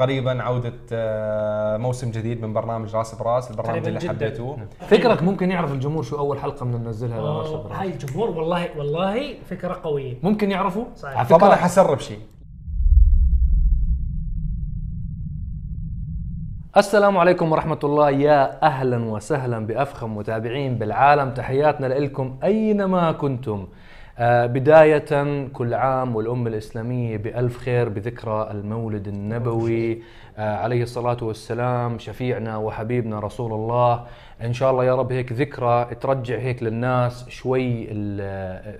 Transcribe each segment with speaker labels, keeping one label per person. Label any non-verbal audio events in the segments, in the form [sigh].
Speaker 1: قريبا عوده آه، موسم جديد من برنامج راس براس البرنامج
Speaker 2: قريباً
Speaker 1: اللي
Speaker 2: جداً. نعم.
Speaker 1: حبيتوه
Speaker 3: فكرك ممكن يعرف الجمهور شو اول حلقه بدنا ننزلها لراشد
Speaker 2: أوه،
Speaker 3: براش؟
Speaker 2: هاي الجمهور والله والله فكره قويه
Speaker 3: ممكن يعرفوا
Speaker 2: صحيح.
Speaker 3: على
Speaker 1: طب
Speaker 3: فكرة-
Speaker 1: انا حسرب شيء
Speaker 3: السلام عليكم ورحمة الله يا أهلا وسهلا بأفخم متابعين بالعالم تحياتنا لكم أينما كنتم آه، بداية كل عام والأمة الإسلامية بألف خير بذكرى المولد النبوي آه، عليه الصلاة والسلام شفيعنا وحبيبنا رسول الله إن شاء الله يا رب هيك ذكرى ترجع هيك للناس شوي ال-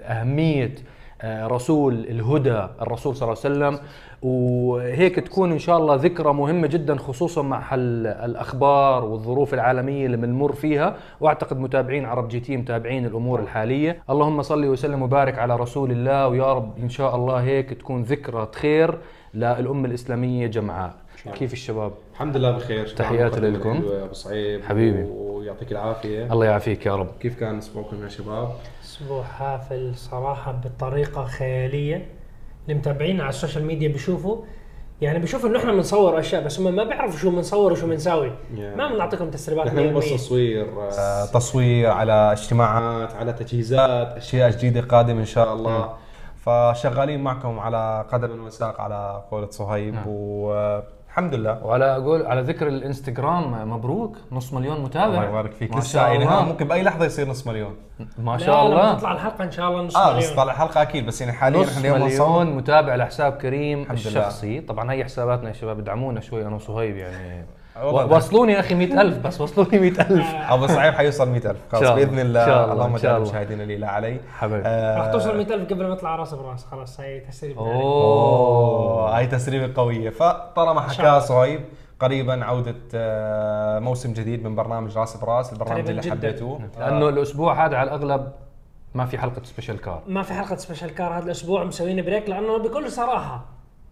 Speaker 3: أهمية آه، رسول الهدى الرسول صلى الله عليه وسلم وهيك تكون ان شاء الله ذكرى مهمه جدا خصوصا مع هال- الاخبار والظروف العالميه اللي بنمر فيها واعتقد متابعين عرب جي تي متابعين الامور الحاليه اللهم صل وسلم وبارك على رسول الله ويا رب ان شاء الله هيك تكون ذكرى خير للامه الاسلاميه جمعاء كيف الشباب
Speaker 4: الحمد لله بخير
Speaker 3: تحياتي
Speaker 4: شكراً
Speaker 3: لكم.
Speaker 4: لك ابو سعيد
Speaker 3: حبيبي.
Speaker 4: ويعطيك العافيه
Speaker 3: الله يعافيك يا رب
Speaker 4: كيف كان اسبوعكم يا شباب؟
Speaker 2: اسبوع حافل صراحه بطريقه خياليه المتابعين على السوشيال ميديا بيشوفوا يعني بيشوفوا انه احنا بنصور اشياء بس هم ما بيعرفوا شو بنصور وشو بنساوي
Speaker 4: يا.
Speaker 2: ما بنعطيكم تسريبات
Speaker 4: نحن بس
Speaker 2: 100%.
Speaker 4: تصوير
Speaker 1: آه، تصوير على اجتماعات
Speaker 4: آه، على تجهيزات
Speaker 1: اشياء جديده قادمه ان شاء الله
Speaker 3: نعم.
Speaker 1: فشغالين معكم على قدم وساق على قولة
Speaker 3: نعم.
Speaker 1: صهيب والحمد لله
Speaker 3: وعلى اقول على ذكر الانستغرام مبروك نص مليون متابع
Speaker 1: الله يبارك فيك
Speaker 3: ما
Speaker 1: لسه
Speaker 3: شاء
Speaker 1: يعني ها
Speaker 3: الله
Speaker 1: ممكن باي لحظه يصير نص مليون
Speaker 3: ما
Speaker 2: لا، لما
Speaker 3: شاء الله
Speaker 2: تطلع الحلقه ان شاء الله نص
Speaker 1: اه
Speaker 2: آه
Speaker 1: بس طلع حلقه اكيد بس يعني حاليا
Speaker 3: نص
Speaker 1: احنا اليوم نصور
Speaker 3: مليون متابع لحساب كريم
Speaker 1: الحمد لله.
Speaker 3: الشخصي طبعا هي حساباتنا يا شباب ادعمونا شوي انا وصهيب يعني
Speaker 1: والله.
Speaker 3: و- وصلوني يا اخي 100000 بس وصلوني 100000
Speaker 2: آه،
Speaker 1: ابو صعيب حيوصل 100000
Speaker 3: إن
Speaker 1: خلاص
Speaker 3: شاء الله.
Speaker 1: باذن
Speaker 3: إن
Speaker 1: الله
Speaker 3: شاء الله،
Speaker 1: اللهم
Speaker 3: إن شاء
Speaker 1: اجعل
Speaker 3: الله.
Speaker 1: مشاهدينا لي لا علي
Speaker 3: حبيبي.
Speaker 1: آه،
Speaker 2: راح توصل 200000 قبل ما يطلع راس براس خلاص هاي تسريب يعني. من عليك.
Speaker 3: اوه
Speaker 1: اوه هاي تسريبه قويه فطالما
Speaker 2: شاء الله.
Speaker 1: حكاها صهيب قريبا عوده آه، موسم جديد من برنامج راس براس البرنامج
Speaker 2: قريباً
Speaker 1: اللي
Speaker 2: جداً.
Speaker 1: حبيتوه
Speaker 3: لانه الاسبوع هذا على الاغلب ما في حلقه سبيشال كار
Speaker 2: ما في حلقه سبيشال كار هذا الاسبوع مسويين بريك لانه بكل صراحه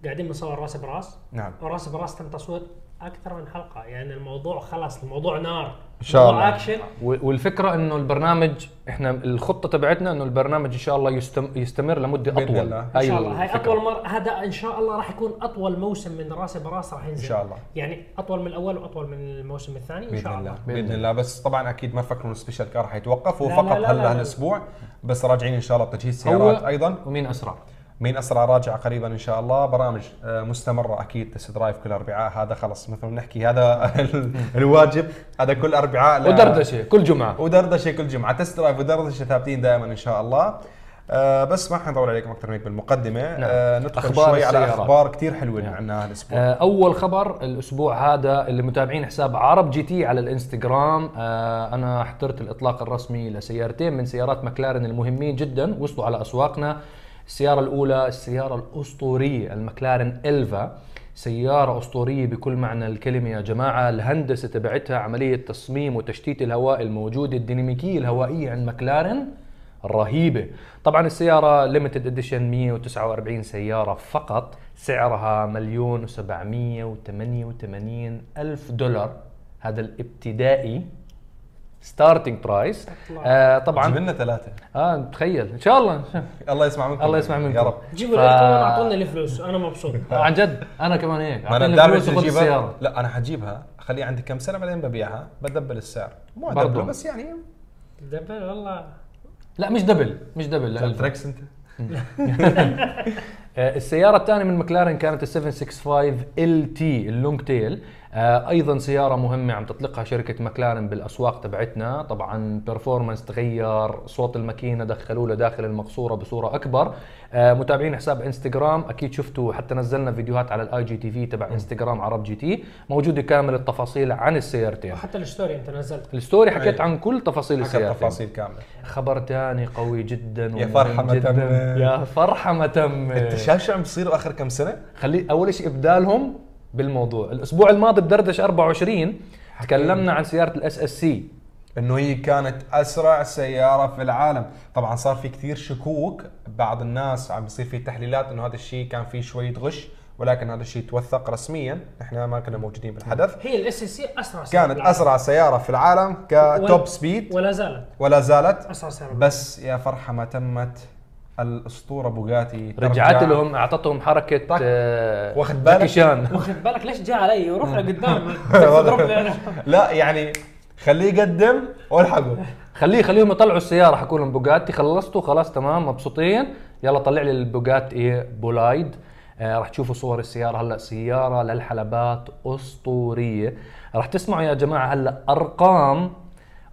Speaker 2: قاعدين بنصور راس براس
Speaker 1: نعم
Speaker 2: وراس براس تم تصوير اكثر من حلقه يعني الموضوع خلاص الموضوع نار ان
Speaker 1: شاء الله.
Speaker 2: اكشن
Speaker 3: و- والفكره انه البرنامج احنا الخطه تبعتنا انه البرنامج ان شاء الله يستم يستمر أيوة، لمده
Speaker 1: بإذن
Speaker 3: اطول
Speaker 1: الله. إن
Speaker 2: ان
Speaker 3: هاي
Speaker 2: شاء الله هاي
Speaker 3: الفكرة.
Speaker 2: اطول مر هذا ان شاء الله راح يكون اطول موسم من راس براس راح ينزل
Speaker 1: إن شاء الله.
Speaker 2: يعني اطول من الاول واطول من الموسم الثاني ان
Speaker 1: باذن
Speaker 2: شاء
Speaker 1: الله
Speaker 2: الله
Speaker 1: باذن الله بس طبعا اكيد ما نفكر انه السبيشال كار حيتوقف هو
Speaker 2: لا،
Speaker 1: فقط
Speaker 2: لا، لا، لا.
Speaker 1: هلا هالاسبوع بس راجعين ان شاء الله بتجهيز
Speaker 3: هو
Speaker 1: سيارات ايضا
Speaker 3: ومين اسرع
Speaker 1: مين اسرع راجع قريبا ان شاء الله برامج آه، مستمره اكيد تست درايف كل اربعاء هذا خلص مثل ما بنحكي هذا [laughs] ال- الواجب هذا كل اربعاء لا-
Speaker 3: ودردشه كل جمعه
Speaker 1: ودردشه كل جمعه تست درايف ودردشه ثابتين دائما ان شاء الله آه بس ما حنطول عليكم اكثر من هيك بالمقدمه
Speaker 3: نعم.
Speaker 1: آه ندخل
Speaker 3: أخبار
Speaker 1: شوي على
Speaker 3: السيارات.
Speaker 1: اخبار كثير حلوه اللي عندنا هالاسبوع
Speaker 3: آه، اول خبر الاسبوع هذا اللي متابعين حساب عرب جي تي على الانستغرام آه، انا حضرت الاطلاق الرسمي لسيارتين من سيارات مكلارن المهمين جدا وصلوا على اسواقنا السياره الاولى السياره الاسطوريه المكلارن الفا سيارة أسطورية بكل معنى الكلمة يا جماعة الهندسة تبعتها عملية تصميم وتشتيت الهواء الموجودة الديناميكية الهوائية عند مكلارن رهيبه طبعا السياره ليمتد اديشن 149 سياره فقط سعرها مليون و788 الف دولار هذا الابتدائي ستارتنج برايس آه طبعا
Speaker 1: جبنا ثلاثه
Speaker 3: اه تخيل ان شاء الله
Speaker 1: الله يسمع منكم
Speaker 3: الله يسمع منكم
Speaker 1: يا رب
Speaker 2: جيبوا
Speaker 3: ف-
Speaker 2: لي الكاميرا اعطونا الفلوس انا مبسوط
Speaker 3: عن جد انا كمان هيك
Speaker 1: ما انا
Speaker 3: أعطيني
Speaker 1: دائما
Speaker 3: الفلوس وخذ
Speaker 1: اجيبها
Speaker 3: السياره
Speaker 1: لا انا حجيبها اخليها عندي كم سنه بعدين ببيعها بدبل السعر مو
Speaker 3: برضو.
Speaker 1: ادبله بس يعني
Speaker 2: دبل والله
Speaker 3: لا مش دبل مش دبل لا ألف.
Speaker 1: تركس انت
Speaker 3: آه، السيارة الثانية من مكلارن كانت ال 765 ال تي اللونج تيل آه، ايضا سيارة مهمة عم تطلقها شركة مكلارن بالاسواق تبعتنا طبعا بيرفورمانس تغير صوت الماكينة دخلوه لداخل المقصورة بصورة اكبر آه، متابعين حساب انستغرام اكيد شفتوا حتى نزلنا فيديوهات على الاي جي تي في تبع انستغرام عرب جي تي موجودة كامل التفاصيل عن السيارتين
Speaker 2: وحتى الستوري انت نزلت
Speaker 3: الستوري حكيت عن كل تفاصيل
Speaker 1: حكى
Speaker 3: السيارتين
Speaker 1: تفاصيل كامله
Speaker 3: خبر تاني قوي جدا
Speaker 1: يا فرحة ما
Speaker 3: ومهم جداً.
Speaker 1: تمت.
Speaker 3: يا فرحة ما تمت
Speaker 1: انت شايف شو عم بيصير اخر كم سنه؟
Speaker 3: خلي اول شيء ابدالهم بالموضوع الاسبوع الماضي بدردش 24 تكلمنا عن سياره الاس اس سي
Speaker 1: انه هي كانت اسرع سياره في العالم طبعا صار في كثير شكوك بعض الناس عم بيصير في تحليلات انه هذا الشيء كان فيه شويه غش ولكن هذا الشيء توثق رسميا احنا ما كنا موجودين بالحدث
Speaker 2: هي الاس اس سي اسرع سيارة
Speaker 1: كانت
Speaker 2: بالعالم.
Speaker 1: اسرع سياره في العالم
Speaker 2: ولا-
Speaker 1: كتوب سبيد
Speaker 2: ولا زالت
Speaker 1: ولا زالت
Speaker 2: اسرع سيارة
Speaker 1: بس يا فرحه ما تمت الاسطوره بوغاتي
Speaker 3: رجعت
Speaker 1: ترجع. [laughs]
Speaker 3: لهم اعطتهم حركه
Speaker 1: طق.
Speaker 3: آه،
Speaker 1: واخد بالك؟
Speaker 3: جاكي شان
Speaker 2: واخد بالك ليش جاء علي روح
Speaker 1: [laughs]
Speaker 2: لقدام اضربني انا
Speaker 1: لا يعني خليه يقدم والحقه
Speaker 3: خليه خليهم يطلعوا السياره حكوا لهم بوجاتي خلصتوا خلاص تمام مبسوطين يلا طلع لي البوجات ايه بولايد آه راح تشوفوا صور السياره هلا سياره للحلبات اسطوريه راح تسمعوا يا جماعه هلا ارقام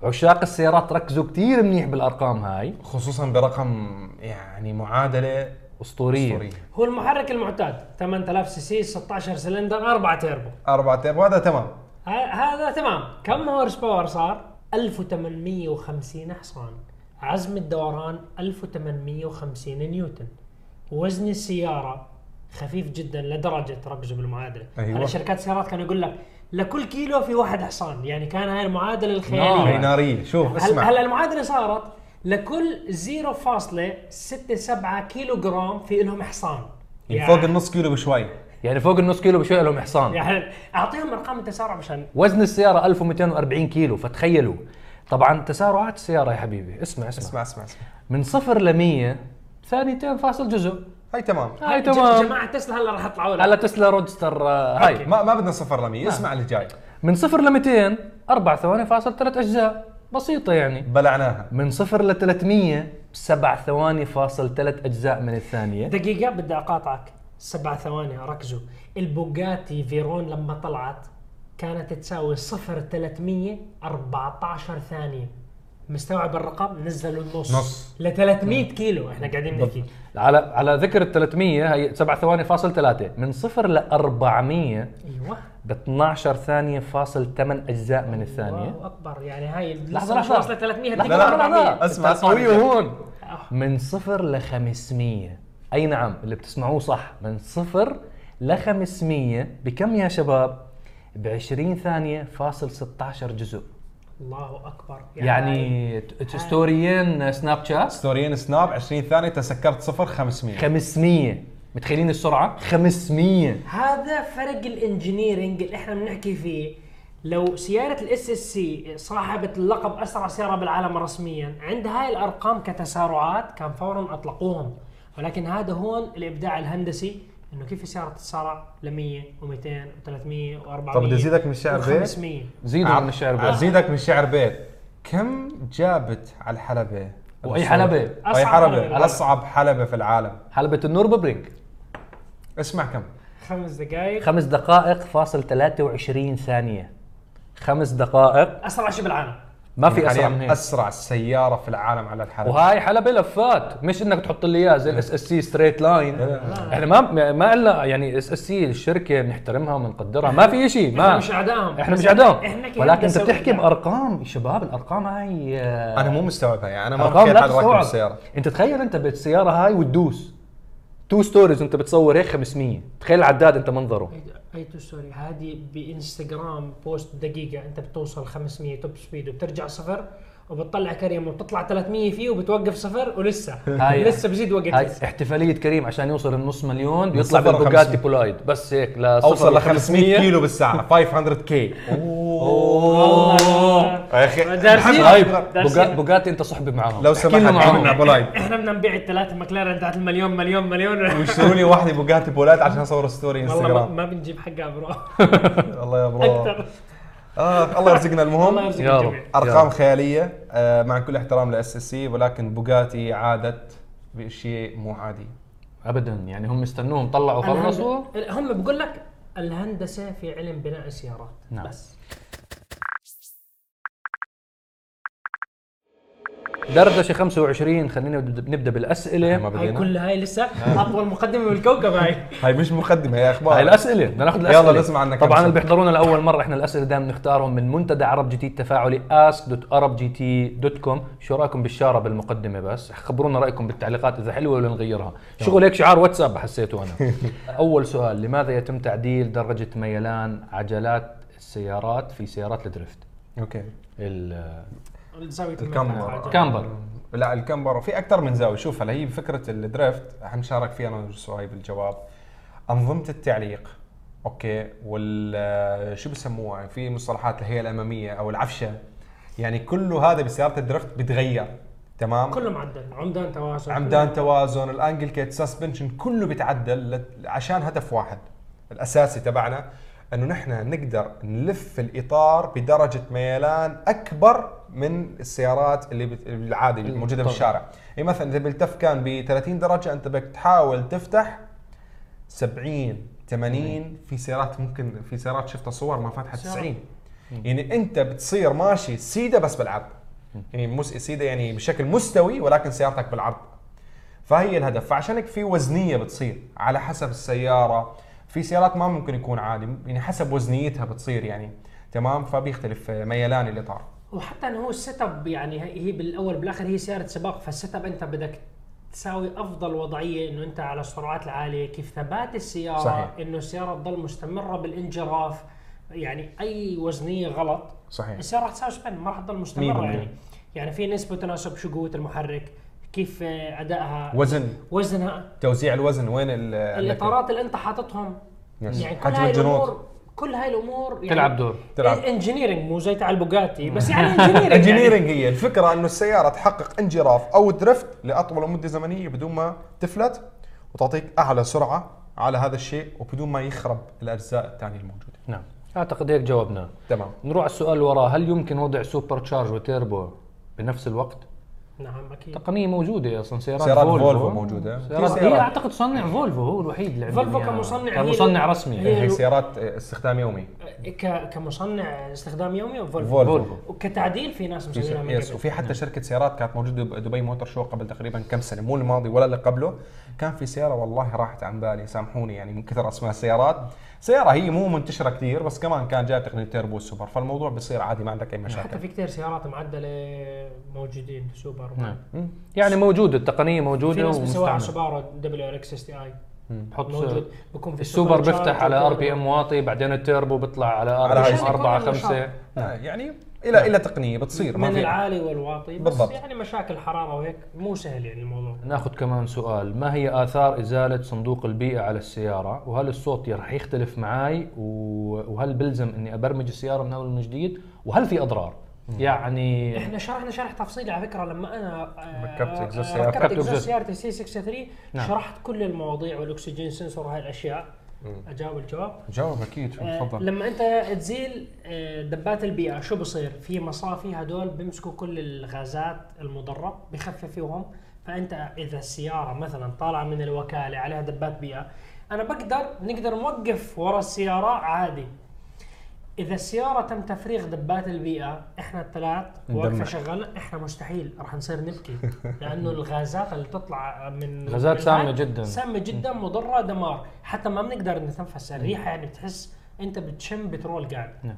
Speaker 3: عشاق السيارات ركزوا كثير منيح بالارقام هاي
Speaker 1: خصوصا برقم يعني معادله
Speaker 3: اسطوريه,
Speaker 1: اسطوريه
Speaker 3: أسطورية.
Speaker 2: هو المحرك المعتاد 8000 سي سي 16 سلندر 4 تيربو
Speaker 1: اربع تيربو هذا تمام
Speaker 2: ه- هذا تمام كم هورس باور صار 1850 حصان عزم الدوران 1850 نيوتن وزن السياره خفيف جدا لدرجه ركزوا بالمعادله
Speaker 1: أيوة.
Speaker 2: انا شركات سيارات كانوا يقول لك لكل كيلو في واحد حصان يعني كان هاي المعادله
Speaker 3: نعم.
Speaker 2: الخياليه
Speaker 1: هي ناريه شوف
Speaker 2: هل
Speaker 1: أيوة. اسمع
Speaker 2: هلا المعادله صارت لكل 0.67 كيلو جرام في لهم حصان
Speaker 1: يعني فوق النص كيلو بشوي
Speaker 3: يعني فوق النص كيلو بشوي لهم حصان
Speaker 2: يعني اعطيهم ارقام التسارع مشان
Speaker 3: وزن السياره 1240 كيلو فتخيلوا طبعا تسارعات السياره يا حبيبي اسمع اسمع,
Speaker 1: اسمع
Speaker 3: اسمع.
Speaker 1: اسمع اسمع
Speaker 3: من صفر ل 100 ثانيتين فاصل جزء
Speaker 1: هاي تمام
Speaker 3: هاي
Speaker 2: ج-
Speaker 3: تمام
Speaker 2: جماعه تسلا هلا راح يطلعوا
Speaker 3: على
Speaker 2: لك
Speaker 3: تسلا رودستر آه، هاي
Speaker 1: ما ما بدنا صفر
Speaker 3: آه.
Speaker 1: لمية اسمع اللي جاي
Speaker 3: من صفر ل 200 4 ثواني فاصل 3 اجزاء بسيطه يعني
Speaker 1: بلعناها
Speaker 3: من صفر ل 300 سبع ثواني فاصل 3 اجزاء من الثانيه
Speaker 2: دقيقه بدي اقاطعك سبع ثواني ركزوا البوجاتي فيرون لما طلعت كانت تساوي 0 300 14 ثانيه مستوعب الرقم نزلوا النص
Speaker 1: نص.
Speaker 2: ل 300 كيلو احنا قاعدين نحكي
Speaker 3: على على ذكر ال 300 هي سبع ثواني فاصل 3 من صفر ل 400
Speaker 2: ايوه
Speaker 3: ب 12 ثانيه فاصل 8 اجزاء من الثانيه
Speaker 2: الله اكبر يعني هاي
Speaker 3: لحظه
Speaker 2: لسه مش
Speaker 3: لحظه
Speaker 2: واصله 300
Speaker 3: لا
Speaker 2: دقيقة
Speaker 3: لا
Speaker 2: وأربعمية.
Speaker 3: لا
Speaker 1: اسمع، اسمع
Speaker 3: قوي
Speaker 1: اللي جاي.
Speaker 3: هون من صفر ل 500 اي نعم اللي بتسمعوه صح من صفر ل 500 بكم يا شباب؟ ب 20 ثانية فاصل 16 جزء
Speaker 2: الله اكبر
Speaker 3: يعني ت- ت- ستوريين سناب شات
Speaker 1: ستوريين سناب 20 ثانيه تسكرت صفر 500
Speaker 3: 500 متخيلين السرعة؟ 500
Speaker 2: هذا فرق الانجينيرنج اللي احنا بنحكي فيه لو سيارة الاس اس سي صاحبة اللقب اسرع سيارة بالعالم رسميا عند هاي الارقام كتسارعات كان فورا اطلقوهم ولكن هذا هون الابداع الهندسي انه كيف السيارة تتسارع ل 100 و200 و300 و400
Speaker 1: طب بدي أزيدك من الشعر بيه؟
Speaker 2: 500
Speaker 3: زيدوا من الشعر بس
Speaker 1: ازيدك من شعر بيت كم جابت على الحلبه
Speaker 3: وأي حلبة؟
Speaker 1: اي
Speaker 2: أصعب
Speaker 1: حلبه
Speaker 2: حلبة.
Speaker 1: اصعب حلبه في العالم
Speaker 3: حلبة النوربرينج
Speaker 1: اسمع كم
Speaker 2: خمس دقائق
Speaker 3: خمس دقائق فاصل 23 ثانية خمس دقائق
Speaker 2: اسرع شيء بالعالم
Speaker 3: ما في أسرع من
Speaker 1: يعني
Speaker 3: هيك
Speaker 1: اسرع سياره في العالم على الحلبه
Speaker 3: وهاي حلبة لفات مش انك تحط لي اياه زي الاس اس سي ستريت لاين احنا ما ما قلنا يعني اس اس سي الشركه بنحترمها وبنقدرها ما في شيء ما
Speaker 2: إحنا مش أعدائهم.
Speaker 3: احنا مش
Speaker 2: بس
Speaker 3: اعدائهم
Speaker 2: إحنا كهندسة
Speaker 3: ولكن انت بتحكي
Speaker 2: وكذا.
Speaker 3: بارقام يا شباب الارقام هاي آه،
Speaker 1: انا مو مستوعبها يعني انا ما
Speaker 3: ارقام
Speaker 1: متخيل
Speaker 3: لا
Speaker 1: حد راكب
Speaker 3: تستوعب
Speaker 1: السياره
Speaker 3: انت تخيل انت بالسياره هاي وتدوس تو ستوريز وانت بتصور هيك 500 تخيل العداد انت منظره
Speaker 2: اي تو ستوري هذه بانستغرام بوست دقيقه انت بتوصل 500 توب سبيد وبترجع صفر وبتطلع كريم وبتطلع 300 فيه وبتوقف صفر ولسه
Speaker 3: هاي-
Speaker 2: لسه بزيد وقت
Speaker 3: هاي
Speaker 2: لسه.
Speaker 3: احتفاليه كريم عشان يوصل النص مليون يطلع
Speaker 1: صفر
Speaker 3: بالبوجاتي
Speaker 1: ل 500.
Speaker 3: بولايد بس هيك لا
Speaker 1: اوصل ل 500 كيلو بالساعه 500 كي
Speaker 2: الله.
Speaker 1: يا اخي
Speaker 2: دارسين.
Speaker 1: طيب،
Speaker 2: دارسين.
Speaker 3: بوجاتي انت صحبي معاهم
Speaker 1: لو
Speaker 3: احكي
Speaker 1: سمحت نعم.
Speaker 3: لنا معاهم.
Speaker 1: معنا بولايد
Speaker 2: احنا بدنا نبيع الثلاثه ماكلارين تاعت المليون مليون مليون
Speaker 1: واشتروا لي واحده بوجاتي بولايد عشان اصور ستوري
Speaker 2: والله ما-
Speaker 1: انستغرام
Speaker 2: ما بنجيب حقها برو
Speaker 3: آه.
Speaker 1: الله يا برو
Speaker 2: اكثر
Speaker 1: اخ الله يرزقنا
Speaker 2: الله
Speaker 1: المهم
Speaker 2: يرزق
Speaker 3: يا رب.
Speaker 2: الجميع
Speaker 1: ارقام
Speaker 3: يلا.
Speaker 1: خياليه آه، مع كل احترام لاس اس سي ولكن بوجاتي عادت بشيء مو عادي
Speaker 3: ابدا يعني هم استنوهم طلعوا خلصوا
Speaker 2: الهند- هم بقول لك الهندسه في علم بناء السيارات
Speaker 3: نعم.
Speaker 2: بس
Speaker 3: دردشه 25 خلينا نبدا نبدأ
Speaker 1: ما
Speaker 3: بالاسئله
Speaker 2: هاي
Speaker 1: بدينا
Speaker 2: كل هاي لسه
Speaker 3: آه.
Speaker 2: اطول مقدمه بالكوكب هاي
Speaker 1: هاي مش مقدمه هي اخبار
Speaker 3: هاي الاسئله بدنا ناخذ الاسئله
Speaker 1: يلا نسمع عنك
Speaker 3: طبعا
Speaker 1: أمس.
Speaker 3: اللي بيحضرونا لاول مره احنا الاسئله دائما نختارهم من منتدى عرب جي تي التفاعلي ask.arabgt.com شو رايكم بالشاره بالمقدمه بس خبرونا رايكم بالتعليقات اذا حلوه ولا نغيرها شغل هيك شعار واتساب حسيته [laughs] انا اول سؤال لماذا يتم تعديل درجه ميلان عجلات السيارات في سيارات الدريفت
Speaker 1: اوكي
Speaker 3: ال-
Speaker 2: زاويه
Speaker 1: الكامبر
Speaker 3: كامبر.
Speaker 1: لا الكامبر وفي اكثر من زاويه شوف هلا هي فكره الدريفت حنشارك فيها انا وسهيب بالجواب انظمه التعليق اوكي وال آه، شو بسموها يعني في مصطلحات الهيئه الاماميه او العفشه يعني كله هذا بسياره الدريفت بتغير تمام
Speaker 2: كلهم عدل عمدان تواصل
Speaker 1: عمدان توازن الانجل كيت سسبنشن كله بيتعدل لت- عشان هدف واحد الاساسي تبعنا انه نحن نقدر نلف الاطار بدرجه ميلان اكبر من السيارات اللي بت- العادي اللي موجوده
Speaker 3: طبعاً.
Speaker 1: بالشارع يعني مثلا اذا بلتف كان ب 30 درجه انت بدك تحاول تفتح 70 80 في سيارات ممكن في سيارات شفت صور ما فاتحه
Speaker 2: سيارة.
Speaker 1: 90 يعني انت بتصير ماشي سيده بس بالعرض يعني مس سيده يعني بشكل مستوي ولكن سيارتك بالعرض فهي الهدف فعشان هيك في وزنيه بتصير على حسب السياره في سيارات ما ممكن يكون عادي يعني حسب وزنيتها بتصير يعني تمام فبيختلف آه، ميلان الاطار
Speaker 2: وحتى انه هو السيت اب يعني هي هي بالاول بالاخر هي سياره سباق فالسيت اب انت بدك تساوي افضل وضعيه انه انت على السرعات العاليه كيف ثبات السياره
Speaker 1: صحيح.
Speaker 2: انه السياره تضل مستمره بالانجراف يعني اي وزنيه غلط
Speaker 1: صحيح
Speaker 2: السياره راح تساوي سبن ما راح تضل مستمره
Speaker 1: 100%.
Speaker 2: يعني يعني في نسبه تناسب شو قوه المحرك كيف آه، ادائها
Speaker 1: وزن
Speaker 2: وزنها
Speaker 1: توزيع الوزن وين ال-
Speaker 2: الاطارات اللي انت حاططهم
Speaker 1: يعني يس.
Speaker 2: يعني كل
Speaker 1: حجم
Speaker 2: هاي
Speaker 1: الجنوط.
Speaker 2: الامور كل هاي الامور يعني
Speaker 3: تلعب دور
Speaker 1: تلعب.
Speaker 2: انجينيرنج مو زي تاع البوجاتي بس
Speaker 1: [laughs]
Speaker 2: [laughs] يعني انجينيرنج
Speaker 1: انجينيرنج هي الفكره انه السياره تحقق انجراف او درفت لاطول مده زمنيه بدون ما تفلت وتعطيك اعلى سرعه على هذا الشيء وبدون ما يخرب الاجزاء الثانيه الموجوده
Speaker 3: نعم اعتقد هيك جاوبنا
Speaker 1: تمام
Speaker 3: نروح على السؤال اللي وراه هل يمكن وضع سوبر تشارج وتيربو بنفس الوقت؟
Speaker 2: نعم اكيد
Speaker 3: تقنية موجودة اصلا سيارات,
Speaker 1: سيارات فولفو موجودة.
Speaker 3: سيارات
Speaker 1: في
Speaker 3: هي
Speaker 1: سيارات.
Speaker 3: اعتقد صنع فولفو هو الوحيد اللي عندنا
Speaker 2: فولفو
Speaker 3: إياه.
Speaker 2: كمصنع هي-
Speaker 3: كمصنع رسمي يعني.
Speaker 2: هي-
Speaker 1: هي سيارات استخدام يومي
Speaker 2: إيه، ك... كمصنع استخدام يومي فولفو
Speaker 1: فولفو
Speaker 3: فولفو.
Speaker 2: وكتعديل في ناس
Speaker 1: في س-
Speaker 2: مسوينها من
Speaker 1: يس
Speaker 2: قبل
Speaker 1: وفي حتى شركه سيارات كانت موجوده بدبي موتور شو قبل تقريبا كم سنه مو الماضي ولا اللي قبله كان في سياره والله راحت عن بالي سامحوني يعني من كثر اسماء السيارات سياره هي مو منتشره كثير بس كمان كان جايب تقنيه تيربو السوبر فالموضوع بيصير عادي ما عندك اي
Speaker 2: حتى
Speaker 1: مشاكل
Speaker 2: في كثير سيارات معدله موجودين سوبر
Speaker 3: نعم. يعني موجودة التقنية
Speaker 2: في
Speaker 3: موجودة
Speaker 2: ناس بيسووها على
Speaker 3: ومستعملة
Speaker 2: سوبارو دبليو ار اكس اس تي اي
Speaker 3: بحط
Speaker 2: موجود بكون في
Speaker 3: السوبر
Speaker 2: شارج
Speaker 3: بيفتح على ار
Speaker 2: وكذا.
Speaker 3: بي ام واطي بعدين التيربو بيطلع على
Speaker 1: على
Speaker 3: ار بي
Speaker 1: هاي
Speaker 3: ام
Speaker 1: سرعة.
Speaker 3: 4
Speaker 2: يكون نشاط.
Speaker 3: 5
Speaker 1: آه، يعني الى الى تقنيه بتصير ما
Speaker 2: من
Speaker 1: في
Speaker 2: العالي والواطي بس
Speaker 1: بالضبط.
Speaker 2: يعني مشاكل حراره وهيك مو سهل يعني الموضوع
Speaker 3: ناخذ كمان سؤال ما هي آثار إزالة صندوق البيئة على السيارة وهل الصوت رح يختلف معاي و- وهل بلزم إني أبرمج السيارة من أول من جديد وهل في أضرار يعني
Speaker 2: احنا شرحنا شرح تفصيلي على فكره لما انا آه،
Speaker 1: ركبت إكزوز
Speaker 2: آه،
Speaker 1: سيارة.
Speaker 2: ركبت
Speaker 3: ركبت
Speaker 2: اكزوز
Speaker 3: إكزوز.
Speaker 2: سيارتي سي 63
Speaker 3: نعم.
Speaker 2: شرحت كل المواضيع والاكسجين سنسور وهاي الاشياء اجاوب الجواب
Speaker 1: جاوب اكيد
Speaker 2: آه،
Speaker 1: تفضل
Speaker 2: لما انت تزيل آه، دبات البيئه شو بصير؟ في مصافي هدول بيمسكوا كل الغازات المضره بخففوهم فانت اذا السياره مثلا طالعه من الوكاله عليها دبات بيئه انا بقدر نقدر نوقف ورا السياره عادي اذا السياره تم تفريغ دبات البيئه احنا الثلاث
Speaker 1: ندمع.
Speaker 2: وقفه شغلنا احنا مستحيل راح نصير نبكي لانه الغازات اللي تطلع من
Speaker 3: غازات
Speaker 2: من
Speaker 3: سامة
Speaker 2: هاي
Speaker 3: جداً.
Speaker 2: سامه جدا مضره دمار حتى ما بنقدر نتنفس الريحه يعني بتحس انت بتشم بترول قاعد
Speaker 3: نعم.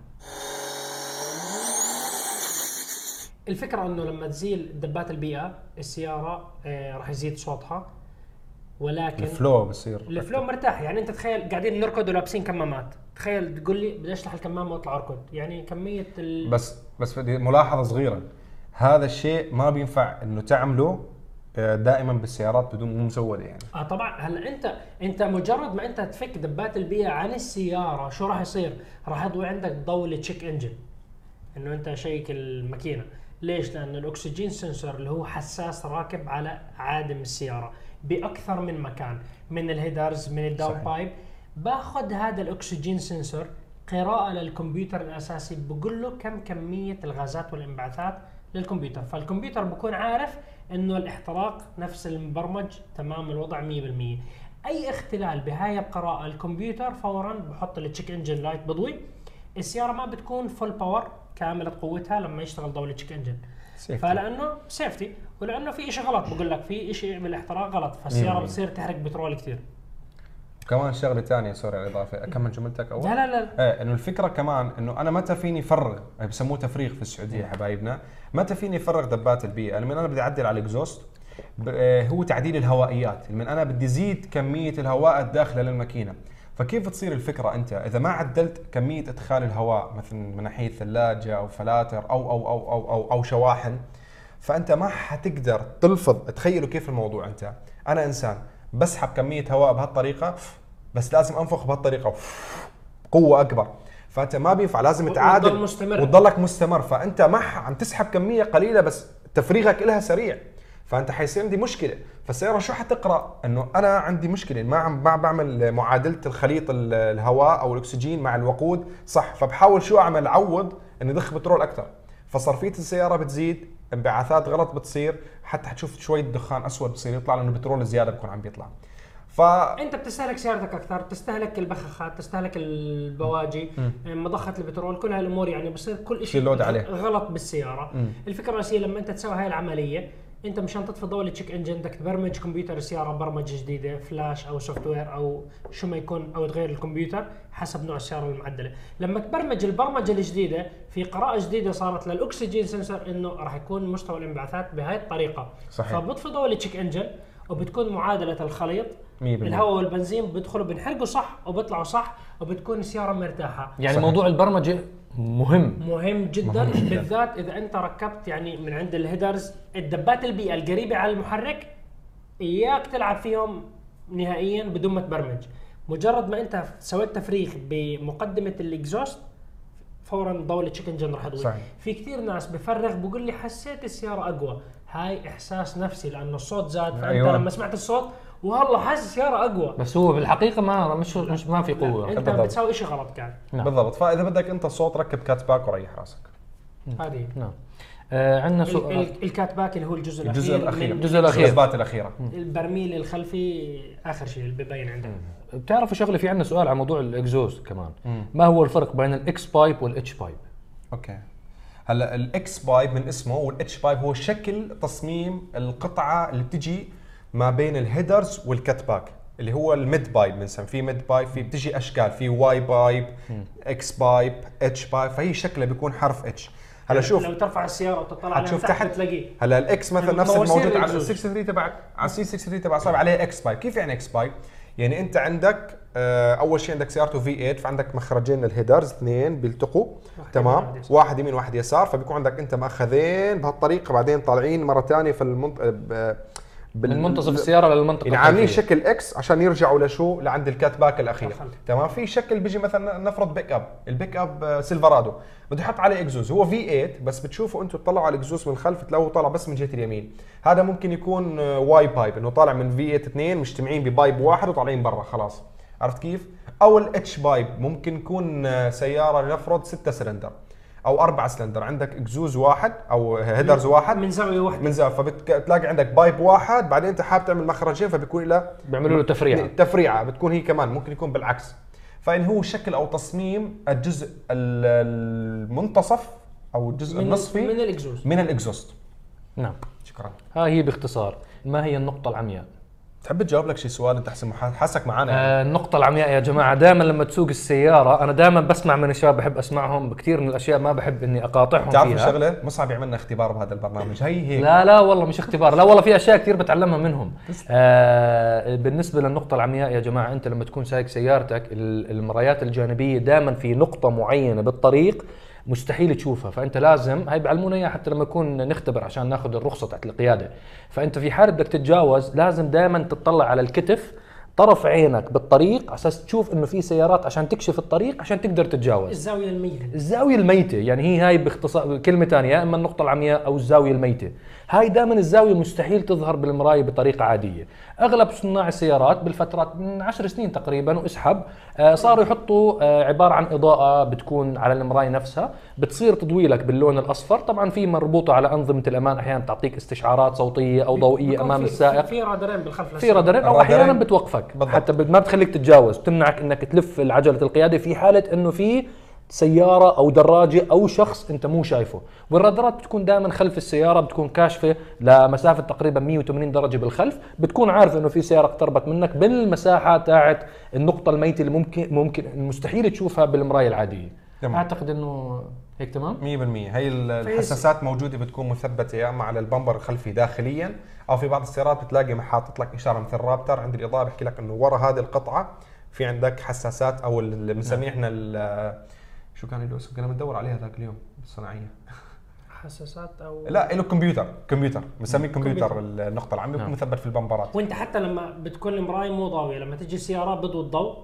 Speaker 2: الفكره انه لما تزيل دبات البيئه السياره آه راح يزيد صوتها ولكن
Speaker 1: الفلو بصير
Speaker 2: الفلو مرتاح يعني انت تخيل قاعدين نركض ولابسين كمامات تخيل تقول لي بدي اشلح الكمامه واطلع اركض يعني كميه ال...
Speaker 1: بس بس بدي ملاحظه صغيره هذا الشيء ما بينفع انه تعمله آه، دائما بالسيارات بدون مو مزوده يعني
Speaker 2: اه طبعا هلا انت انت مجرد ما انت تفك دبات البيئه عن السياره شو راح يصير؟ راح يضوي عندك ضوء التشيك انجن انه انت شيك الماكينه ليش؟ لان الاكسجين سنسور اللي هو حساس راكب على عادم السياره باكثر من مكان من الهيدرز من الداون
Speaker 1: صحيح.
Speaker 2: بايب طيب، باخذ هذا الاكسجين سنسور قراءه للكمبيوتر الاساسي بقول له كم كميه الغازات والانبعاثات للكمبيوتر فالكمبيوتر بكون عارف انه الاحتراق نفس المبرمج تمام الوضع 100% اي اختلال بهاي القراءه الكمبيوتر فورا بحط التشيك انجن لايت بضوي السياره ما بتكون فول باور كامله قوتها لما يشتغل ضوء التشيك انجن
Speaker 1: Safety.
Speaker 2: فلانه سيفتي ولانه في شيء غلط بقول لك في شيء بالاحتراق غلط فالسياره
Speaker 1: مم.
Speaker 2: بتصير تحرق بترول كثير
Speaker 1: كمان شغله ثانيه سوري على الاضافه اكمل جملتك اول
Speaker 2: لا لا لا
Speaker 1: ايه انه الفكره كمان انه انا متى فيني فرغ إيه، بسموه تفريغ في السعوديه حبايبنا متى فيني فرغ دبات البيئه لما انا بدي اعدل على الاكزوست ب- آه، هو تعديل الهوائيات لما انا بدي زيد كميه الهواء الداخله للماكينه فكيف تصير الفكره انت اذا ما عدلت كميه ادخال الهواء مثلا من ناحيه ثلاجه او فلاتر او او او او او, أو شواحن فانت ما حتقدر تلفظ تخيلوا كيف الموضوع انت انا انسان بسحب كميه هواء بهالطريقه بس لازم انفخ بهالطريقه قوه اكبر فانت ما بينفع لازم
Speaker 2: و-
Speaker 1: تعادل
Speaker 2: وتضل مستمر.
Speaker 1: وتضلك مستمر فانت ما ح- عم تسحب كميه قليله بس تفريغك لها سريع فانت حيصير عندي مشكله فالسياره شو حتقرا انه انا عندي مشكله ما عم ما بعمل معادله الخليط ال- الهواء او الاكسجين مع الوقود صح فبحاول شو اعمل اعوض اني ادخ بترول اكثر فصرفيه السياره بتزيد انبعاثات غلط بتصير حتى حتشوف شويه دخان اسود بصير يطلع لانه بترول زياده بكون عم بيطلع ف
Speaker 2: انت بتستهلك سيارتك اكثر بتستهلك البخاخات بتستهلك البواجي مضخه البترول كل هالامور يعني بصير كل
Speaker 1: في
Speaker 2: شيء
Speaker 1: لود عليه.
Speaker 2: غلط بالسياره
Speaker 1: مم.
Speaker 2: الفكره الرئيسيه لما انت تسوي هاي العمليه انت مشان تطفي ضوء التشيك انجن بدك تبرمج كمبيوتر السياره برمجه جديده فلاش او سوفت وير او شو ما يكون او تغير الكمبيوتر حسب نوع السياره المعدله لما تبرمج البرمجه الجديده في قراءه جديده صارت للاكسجين سنسر انه راح يكون مستوى الانبعاثات بهاي الطريقه
Speaker 1: صحيح.
Speaker 2: فبطفي ضوء التشيك انجن وبتكون معادله الخليط
Speaker 1: 100%
Speaker 2: الهواء والبنزين بيدخلوا بنحرقوا صح وبيطلعوا صح وبتكون السياره مرتاحه
Speaker 3: يعني
Speaker 1: صحيح.
Speaker 3: موضوع البرمجه مهم
Speaker 2: مهم جدا بالذات اذا انت ركبت يعني من عند الهيدرز الدبات البيئه القريبه على المحرك اياك تلعب فيهم نهائيا بدون ما تبرمج مجرد ما انت سويت تفريغ بمقدمه الاكزوست فورا ضوء التشيك انجن راح يضوي
Speaker 1: صحيح.
Speaker 2: في كثير ناس بفرغ بقول لي حسيت السياره اقوى هاي احساس نفسي لانه الصوت زاد فانت
Speaker 1: أيوة.
Speaker 2: لما سمعت الصوت والله حاسس السياره اقوى
Speaker 3: بس هو بالحقيقه ما مش, مش ما في قوه
Speaker 2: انت
Speaker 1: أيوة، بالضبط.
Speaker 2: بتسوي شيء غلط كان
Speaker 3: نعم.
Speaker 1: بالضبط فاذا بدك انت صوت ركب كات باك وريح راسك
Speaker 2: هذه
Speaker 3: نعم آه عندنا
Speaker 2: ال-
Speaker 3: سؤال
Speaker 2: ال- الكاتباك اللي هو الجزء الاخير
Speaker 1: الجزء الاخير
Speaker 2: من
Speaker 3: الجزء الأخير.
Speaker 1: الاثبات الاخيره
Speaker 2: البرميل الخلفي اخر شيء اللي ببين عندك
Speaker 3: بتعرفوا شغله في عندنا سؤال عن موضوع الاكزوز كمان ما هو الفرق بين الاكس بايب والاتش بايب
Speaker 1: اوكي هلا الاكس بايب من اسمه والاتش بايب هو شكل تصميم القطعه اللي بتجي ما بين الهيدرز والكت باك اللي هو الميد بايب بنسميه في ميد بايب في بتجي اشكال في واي بايب اكس بايب اتش بايب فهي شكله بيكون حرف اتش هلا شوف
Speaker 2: يعني لو ترفع السياره وتطلع عليها
Speaker 1: حتشوف
Speaker 2: تحت,
Speaker 1: تحت
Speaker 2: تلاقيه
Speaker 1: هلا الاكس مثلا نفس
Speaker 2: المواسير
Speaker 1: الموجود على
Speaker 2: الإكزوز.
Speaker 1: 63 تبع على السي 63 تبع صار عليه اكس بايب كيف يعني اكس بايب يعني انت عندك آه، اول شيء عندك سيارته في 8 فعندك مخرجين للهيدرز اثنين بيلتقوا
Speaker 2: واحد يمين،
Speaker 1: تمام
Speaker 2: واحد يسار.
Speaker 1: واحد يمين واحد يسار فبيكون عندك انت ماخذين بهالطريقه بعدين طالعين مره ثانيه في المنط... ب- آه، بال-
Speaker 3: من منتصف السياره للمنطقه
Speaker 1: يعني عاملين
Speaker 3: الخلفية.
Speaker 1: شكل اكس عشان يرجعوا لشو لعند الكات باك الاخير
Speaker 2: دخل.
Speaker 1: تمام في شكل بيجي مثلا نفرض بيك اب البيك اب آه، سيلفرادو بده يحط عليه اكزوز هو في 8 بس بتشوفوا انتم تطلعوا على الاكزوز من الخلف تلاقوه طالع بس من جهه اليمين هذا ممكن يكون آه، واي بايب انه طالع من في 8 اثنين مجتمعين ببايب واحد وطالعين برا خلاص عرفت كيف او الاتش بايب ممكن يكون آه، سياره نفرض 6 سلندر او 4 سلندر عندك اكزوز واحد او هيدرز واحد
Speaker 2: من زاويه واحده
Speaker 1: من زاويه فبتلاقي عندك بايب واحد بعدين انت حابب تعمل مخرجين فبيكون له
Speaker 3: بيعملوا له تفريعه
Speaker 1: تفريعه بتكون هي كمان ممكن يكون بالعكس فان هو شكل او تصميم الجزء ال- المنتصف او الجزء
Speaker 2: من من
Speaker 1: النصفي
Speaker 2: الاكزوز
Speaker 1: من الاكزوست
Speaker 3: نعم
Speaker 1: شكرا
Speaker 3: ها هي باختصار ما هي النقطة العمياء؟
Speaker 1: تحب تجاوب لك شي سؤال انت احسن محا- حاسك معانا يعني.
Speaker 3: آه النقطة العمياء يا جماعة دائما لما تسوق السيارة أنا دائما بسمع من الشباب بحب أسمعهم بكثير من الأشياء ما بحب إني أقاطعهم
Speaker 1: بتعرف
Speaker 3: فيها
Speaker 1: الشغله مصعب يعملنا اختبار بهذا البرنامج هي هيك
Speaker 3: لا لا والله مش اختبار لا والله في اشياء كثير بتعلمها منهم آه بالنسبه للنقطه العمياء يا جماعه انت لما تكون سايق سيارتك ال- المرايات الجانبيه دائما في نقطه معينه بالطريق مستحيل تشوفها فانت لازم هاي بيعلمونا اياها حتى لما يكون نختبر عشان ناخذ الرخصه تحت القياده فانت في حال بدك تتجاوز لازم دائما تطلع على الكتف طرف عينك بالطريق على اساس تشوف انه في سيارات عشان تكشف الطريق عشان تقدر تتجاوز
Speaker 2: الزاويه الميته
Speaker 3: الزاوية الميتة يعني هي هاي باختصار كلمة ثانية يا إما النقطة العمياء أو الزاوية الميتة هاي دائما الزاوية مستحيل تظهر بالمراية بطريقة عادية أغلب صناع السيارات بالفترات من عشر سنين تقريبا واسحب آه، صاروا يحطوا آه، عبارة عن إضاءة بتكون على المراية نفسها بتصير تضويلك باللون الأصفر طبعا في مربوطة على أنظمة الأمان أحيانا تعطيك استشعارات صوتية أو ضوئية
Speaker 2: بيكون
Speaker 3: أمام
Speaker 2: في-
Speaker 3: السائق
Speaker 2: في رادارين بالخلف
Speaker 3: في رادارين او
Speaker 1: الرادارين.
Speaker 3: احيانا بتوقفك
Speaker 1: بالضبط.
Speaker 3: حتى ب- ما بتخليك تتجاوز بتمنعك انك تلف العجله القياده في حاله انه في سياره او دراجه او شخص انت مو شايفه والرادارات بتكون دائما خلف السياره بتكون كاشفه لمسافه تقريبا 180 درجه بالخلف بتكون عارف انه في سياره اقتربت منك بالمساحه تاعت النقطه الميته اللي ممكن ممكن مستحيل تشوفها بالمرايه العاديه
Speaker 1: تمام.
Speaker 3: اعتقد انه هيك تمام
Speaker 1: 100% هي ال- الحساسات موجوده بتكون يعني مثبته يا اما على البمبر الخلفي داخليا او في بعض السيارات بتلاقي مح- حاطط لك اشاره مثل الرابتر عند الاضاءه بحكي لك انه ورا هذه القطعه في عندك حساسات او ال- اللي بنسميه احنا ال- شو كان له اسم كنا بندور عليها ذاك اليوم بالصناعيه
Speaker 2: حساسات او
Speaker 1: لا له كمبيوتر كمبيوتر بنسميه كمبيوتر النقطه العامه
Speaker 3: نعم.
Speaker 1: بيكون مثبت في البمبرات
Speaker 2: وانت حتى لما بتكون المرايه مو ضاويه لما تجي السياره بضوء الضوء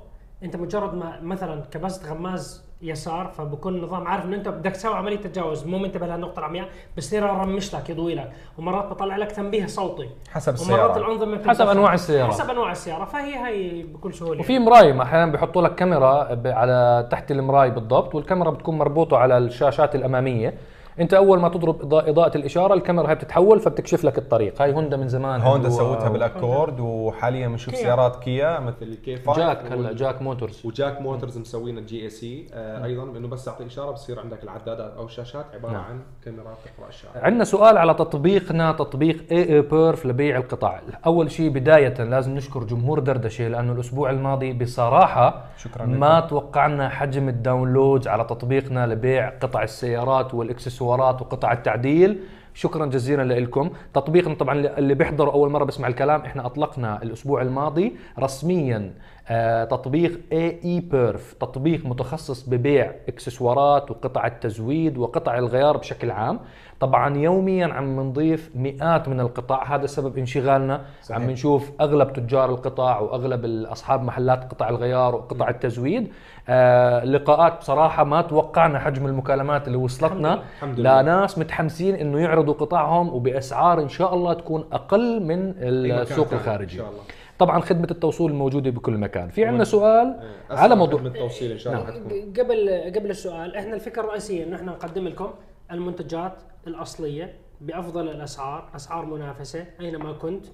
Speaker 2: انت مجرد ما مثلا كبست غماز يسار فبكون النظام عارف انه انت بدك تسوي عمليه تجاوز مو منتبه لهالنقطه العمياء بصير ارمش لك يضوي لك ومرات بطلع لك تنبيه صوتي
Speaker 1: حسب
Speaker 2: ومرات
Speaker 1: السياره
Speaker 2: الانظمه
Speaker 3: حسب
Speaker 2: بتنطفي.
Speaker 3: أنواع السيارة.
Speaker 2: حسب انواع السياره فهي هي بكل سهوله
Speaker 3: وفي مرايه احيانا بيحطوا لك كاميرا ب- على تحت المرايه بالضبط والكاميرا بتكون مربوطه على الشاشات الاماميه انت اول ما تضرب إضاءة, اضاءه الاشاره الكاميرا هي بتتحول فبتكشف لك الطريق هاي هوندا من زمان
Speaker 1: هوندا
Speaker 3: عندوها.
Speaker 1: سوتها بالاكورد وحاليا بنشوف
Speaker 2: كيا.
Speaker 1: سيارات كيا مثل
Speaker 4: مثل كيف
Speaker 3: جاك هلا جاك موتورز
Speaker 4: وجاك موتورز مسوينا جي اي سي ايضا انه بس تعطي اشاره بصير عندك العدادات او الشاشات عباره
Speaker 3: نعم. آه.
Speaker 4: نعم. عن كاميرات تقرا الشارع
Speaker 3: عندنا سؤال على تطبيقنا تطبيق اي اي بيرف لبيع القطع اول شيء بدايه لازم نشكر جمهور دردشه لانه الاسبوع الماضي بصراحه
Speaker 1: شكراً
Speaker 3: ما توقعنا حجم الداونلودز على تطبيقنا لبيع قطع السيارات والاكسسوارات وقطع التعديل شكرا جزيلا لكم تطبيقنا طبعا اللي بيحضروا اول مره بسمع الكلام احنا اطلقنا الاسبوع الماضي رسميا آه، تطبيق اي اي بيرف تطبيق متخصص ببيع اكسسوارات وقطع التزويد وقطع الغيار بشكل عام طبعا يوميا عم نضيف مئات من القطع هذا سبب انشغالنا
Speaker 1: صحيح.
Speaker 3: عم نشوف اغلب تجار القطع واغلب ال- اصحاب محلات قطع الغيار وقطع التزويد آه لقاءات بصراحه ما توقعنا حجم المكالمات اللي وصلتنا
Speaker 4: الحمد لله
Speaker 3: لناس متحمسين انه يعرضوا قطعهم وباسعار ان شاء الله تكون اقل من
Speaker 4: أي مكان
Speaker 3: السوق
Speaker 4: ثاني
Speaker 3: الخارجي
Speaker 4: ان شاء الله
Speaker 3: طبعا خدمه التوصيل موجوده بكل مكان في عندنا
Speaker 4: وال-
Speaker 3: سؤال
Speaker 4: آه، أسرع
Speaker 3: على موضوع نعم.
Speaker 4: خدمة التوصيل ان شاء الله حتكون
Speaker 2: ق- قبل قبل السؤال احنا الفكره الرئيسيه انه احنا نقدم لكم المنتجات الاصليه بافضل الاسعار، اسعار منافسه اينما كنت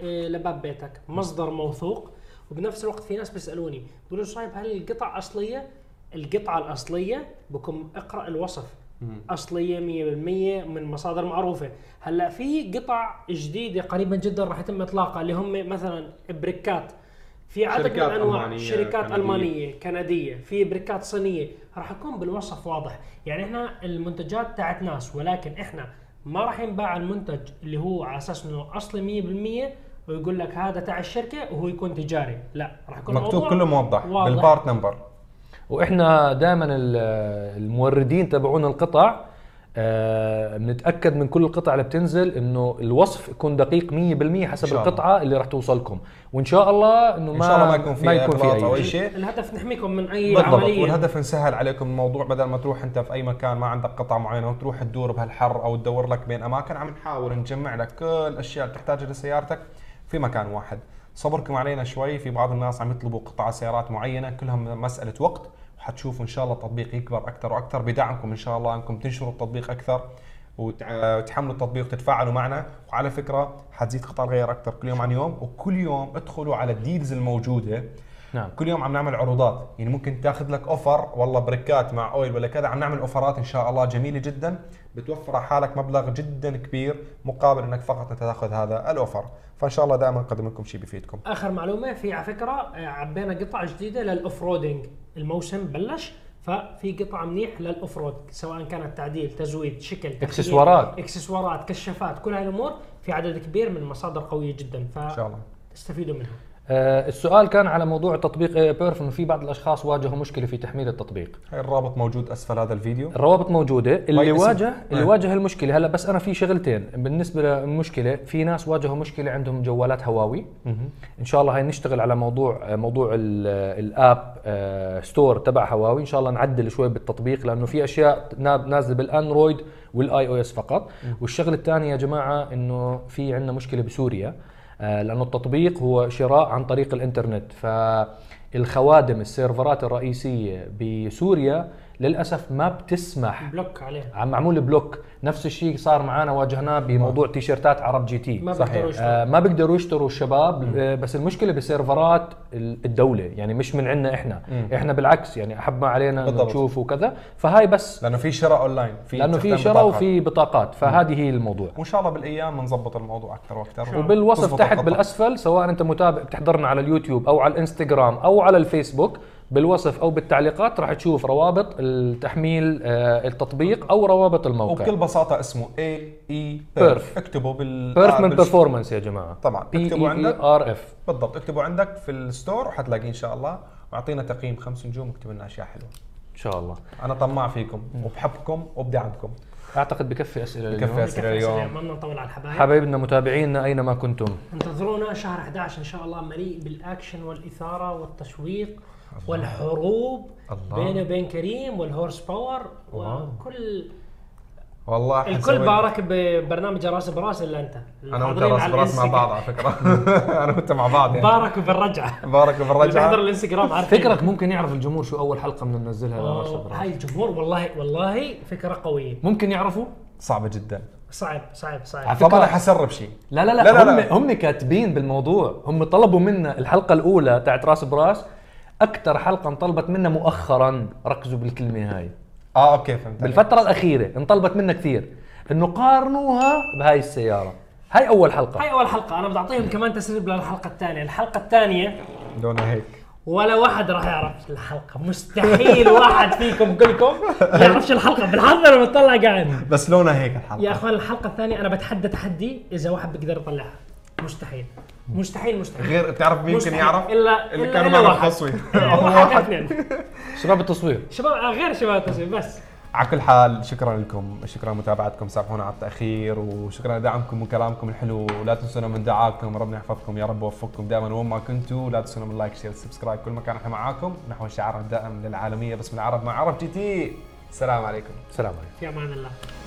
Speaker 2: إيه، لباب بيتك، مصدر موثوق وبنفس الوقت في ناس بيسالوني بيقولوا صايب هل القطع اصليه؟ القطعه الاصليه بكم اقرا الوصف اصليه 100% من مصادر معروفه، هلا في قطع جديده قريبا جدا راح يتم اطلاقها اللي هم مثلا بريكات في عدد من
Speaker 4: شركات
Speaker 2: انواع
Speaker 4: ألمانية،
Speaker 2: شركات
Speaker 4: كندية.
Speaker 2: المانيه كنديه كنديه في بريكات صينيه راح يكون بالوصف واضح يعني احنا المنتجات تاعت ناس ولكن احنا ما راح ينباع المنتج اللي هو على اساس انه اصلي 100% ويقول لك هذا تاع الشركه وهو يكون تجاري لا راح يكون
Speaker 1: مكتوب
Speaker 2: الموضوع
Speaker 1: كله موضح
Speaker 2: واضح.
Speaker 1: بالبارت نمبر
Speaker 3: واحنا دائما الموردين تبعون القطع آه، بنتاكد من كل القطع اللي بتنزل انه الوصف يكون دقيق 100%
Speaker 1: إن
Speaker 3: حسب
Speaker 1: شاء الله.
Speaker 3: القطعه اللي راح توصلكم وان شاء الله انه
Speaker 1: ان
Speaker 3: ما
Speaker 1: شاء الله ما يكون في
Speaker 3: ما يكون في
Speaker 1: اغلاط او
Speaker 3: اي
Speaker 1: اي
Speaker 3: شيء
Speaker 1: شيء
Speaker 2: الهدف نحميكم من اي
Speaker 1: بالضبط
Speaker 2: عمليه
Speaker 1: والهدف نسهل عليكم الموضوع بدل ما تروح انت في اي مكان ما عندك قطعه معينه وتروح تدور بهالحر او تدور لك بين اماكن عم نحاول نجمع لك كل الاشياء اللي تحتاجها لسيارتك في مكان واحد صبركم علينا شوي في بعض الناس عم يطلبوا قطع سيارات معينه كلهم مساله وقت وحتشوفوا ان شاء الله التطبيق يكبر اكثر واكثر بدعمكم ان شاء الله انكم تنشروا التطبيق اكثر وتع- وتحملوا التطبيق وتتفاعلوا معنا وعلى فكره حتزيد قطع الغيار اكثر كل يوم عن يوم وكل يوم ادخلوا على الديلز الموجوده
Speaker 3: نعم
Speaker 1: كل يوم عم نعمل عروضات يعني ممكن تاخذ لك اوفر والله بريكات مع اويل ولا كذا عم نعمل اوفرات ان شاء الله جميله جدا بتوفر على حالك مبلغ جدا كبير مقابل انك فقط انت تاخذ هذا الاوفر فان شاء الله دائما نقدم لكم شيء بيفيدكم
Speaker 2: اخر معلومه في على فكره آه، عبينا قطع جديده للاوف رودنج الموسم بلش ففي قطع منيح للاوف رود سواء كانت تعديل تزويد شكل تحديد،
Speaker 3: إكسسوارات.
Speaker 2: اكسسوارات كشافات كل هاي الامور في عدد كبير من المصادر قويه جدا
Speaker 1: ان شاء الله
Speaker 2: فتستفيدوا منها
Speaker 3: آه، السؤال كان على موضوع تطبيق آه، بيرف انه في بعض الاشخاص واجهوا مشكله في تحميل التطبيق
Speaker 1: هاي الرابط موجود اسفل هذا الفيديو
Speaker 3: الروابط موجوده اللي
Speaker 1: اسم-
Speaker 3: واجه اللي
Speaker 1: آه.
Speaker 3: يعني واجه المشكله هلا بس انا في شغلتين بالنسبه للمشكله في ناس واجهوا مشكله عندهم جوالات هواوي ان شاء الله هاي نشتغل على موضوع موضوع ال- الاب آه، ستور تبع هواوي ان شاء الله نعدل شوي بالتطبيق لانه في اشياء ناب- نازله بالاندرويد والاي او اس فقط والشغله الثانيه يا جماعه انه في عندنا مشكله بسوريا آه، لانه التطبيق هو شراء عن طريق الانترنت فالخوادم السيرفرات الرئيسيه بسوريا للاسف ما بتسمح
Speaker 2: بلوك عليها
Speaker 3: عم معمول بلوك نفس الشيء صار معنا واجهناه بموضوع تيشيرتات عرب جي تي
Speaker 2: ما
Speaker 1: صحيح.
Speaker 2: بقدروا يشتغلوا
Speaker 3: آه، ما بيقدروا يشتروا الشباب آه، بس المشكله بسيرفرات ال- الدوله يعني مش من عندنا احنا
Speaker 1: مم.
Speaker 3: احنا بالعكس يعني احب ما علينا إنه
Speaker 1: بالضبط.
Speaker 3: نشوف وكذا فهاي بس
Speaker 1: لانه في شراء اونلاين في
Speaker 3: لانه في
Speaker 1: استخدام
Speaker 3: شراء
Speaker 1: بطاقات.
Speaker 3: وفي بطاقات فهذه هي الموضوع
Speaker 1: وان شاء الله بالايام بنظبط الموضوع اكثر واكثر
Speaker 3: وبالوصف
Speaker 1: تزبط
Speaker 3: تحت
Speaker 1: القطع.
Speaker 3: بالاسفل سواء انت متابع بتحضرنا على اليوتيوب او على الانستغرام او على الفيسبوك بالوصف او بالتعليقات راح تشوف روابط التحميل آه، التطبيق او روابط الموقع
Speaker 1: وبكل بساطه اسمه اي اي
Speaker 3: بيرف.
Speaker 1: بيرف اكتبوا بال آه،
Speaker 3: بيرف من E
Speaker 1: بال-
Speaker 3: بيرفورمانس يا جماعه
Speaker 1: طبعا
Speaker 3: بي
Speaker 1: اكتبوا
Speaker 3: اي
Speaker 1: عندك
Speaker 3: ار اف
Speaker 1: بالضبط اكتبوا عندك في الستور وحتلاقيه ان شاء الله واعطينا تقييم خمس نجوم واكتب لنا اشياء حلوه
Speaker 3: ان شاء الله
Speaker 1: انا طماع فيكم وبحبكم وبدعمكم
Speaker 3: اعتقد بكفي اسئله
Speaker 1: بكفي
Speaker 3: اليوم.
Speaker 1: أسئلة اليوم.
Speaker 2: ما بدنا نطول على الحبايب
Speaker 3: حبايبنا متابعينا اينما كنتم
Speaker 2: انتظرونا شهر 11 ان شاء الله مليء بالاكشن والاثاره والتشويق والحروب
Speaker 1: الله.
Speaker 2: بيني وبين كريم والهورس باور
Speaker 1: واو.
Speaker 2: وكل
Speaker 1: والله
Speaker 2: الكل
Speaker 1: حنسوي-
Speaker 2: بارك ببرنامج راس براس الا انت
Speaker 1: انا وانت
Speaker 2: الحاضرين
Speaker 1: راس
Speaker 2: على
Speaker 1: براس مع
Speaker 2: الإنستغرام.
Speaker 1: بعض على [laughs] فكره انا وانت مع بعض يعني
Speaker 2: باركوا بالرجعه
Speaker 1: بارك
Speaker 2: اللي بيحضر
Speaker 1: بالرجعه
Speaker 2: الانستغرام عارفين
Speaker 3: فكرك ممكن يعرف الجمهور شو اول حلقه بدنا ننزلها لورش
Speaker 2: أوه،
Speaker 3: براش.
Speaker 2: هاي الجمهور والله والله فكره قويه
Speaker 3: ممكن يعرفوا
Speaker 1: صعبه جدا
Speaker 2: صعب صعب صعب
Speaker 3: عف-
Speaker 1: طبعا
Speaker 3: فكرة-
Speaker 1: انا حسرب شيء
Speaker 3: لا لا لا,
Speaker 1: لا لا
Speaker 3: هم
Speaker 1: لا.
Speaker 3: هم كاتبين بالموضوع هم طلبوا منا الحلقه الاولى تاعت راس براس اكثر حلقه انطلبت منا مؤخرا ركزوا بالكلمه هاي
Speaker 1: اه اوكي فهمت عليك.
Speaker 3: بالفتره الاخيره انطلبت منا كثير انه قارنوها بهاي السياره هاي اول حلقه
Speaker 2: هاي اول حلقه انا بعطيهم كمان تسريب للحلقه الثانيه الحلقه الثانيه
Speaker 1: لونها هيك
Speaker 2: ولا واحد راح يعرف الحلقه
Speaker 1: [laughs]
Speaker 2: مستحيل واحد فيكم كلكم يعرفش الحلقه بالحضر وبتطلع قاعد
Speaker 1: بس لونها هيك الحلقه
Speaker 2: يا اخوان الحلقه الثانيه انا بتحدى تحدي اذا واحد بيقدر يطلعها مستحيل مستحيل مستحيل
Speaker 1: غير تعرف مين يمكن
Speaker 2: مستحيل.
Speaker 1: يعرف
Speaker 2: الا
Speaker 1: اللي
Speaker 2: إلا-
Speaker 1: كانوا
Speaker 2: إلا
Speaker 1: معنا
Speaker 2: واحد.
Speaker 1: بالتصويت.
Speaker 2: [laughs]
Speaker 1: [laughs]
Speaker 2: إلا
Speaker 1: هو
Speaker 2: [laughs] واحد يا
Speaker 1: واحد.
Speaker 2: اثنين.
Speaker 3: شباب التصوير
Speaker 2: شباب غير شباب التصويت بس
Speaker 1: على كل حال شكرا لكم شكرا متابعتكم سامحونا على التاخير وشكرا لدعمكم وكلامكم الحلو ولا تونا من دعاكم ربنا يحفظكم يا رب ويوفقكم دائما وين ما كنتوا لا تنسونا من لايك شير سبسكرايب كل مكان احنا معاكم نحو الشعار الدائم للعالميه باسم العرب مع عرب جي تي السلام عليكم
Speaker 3: سلام عليكم
Speaker 2: في امان الله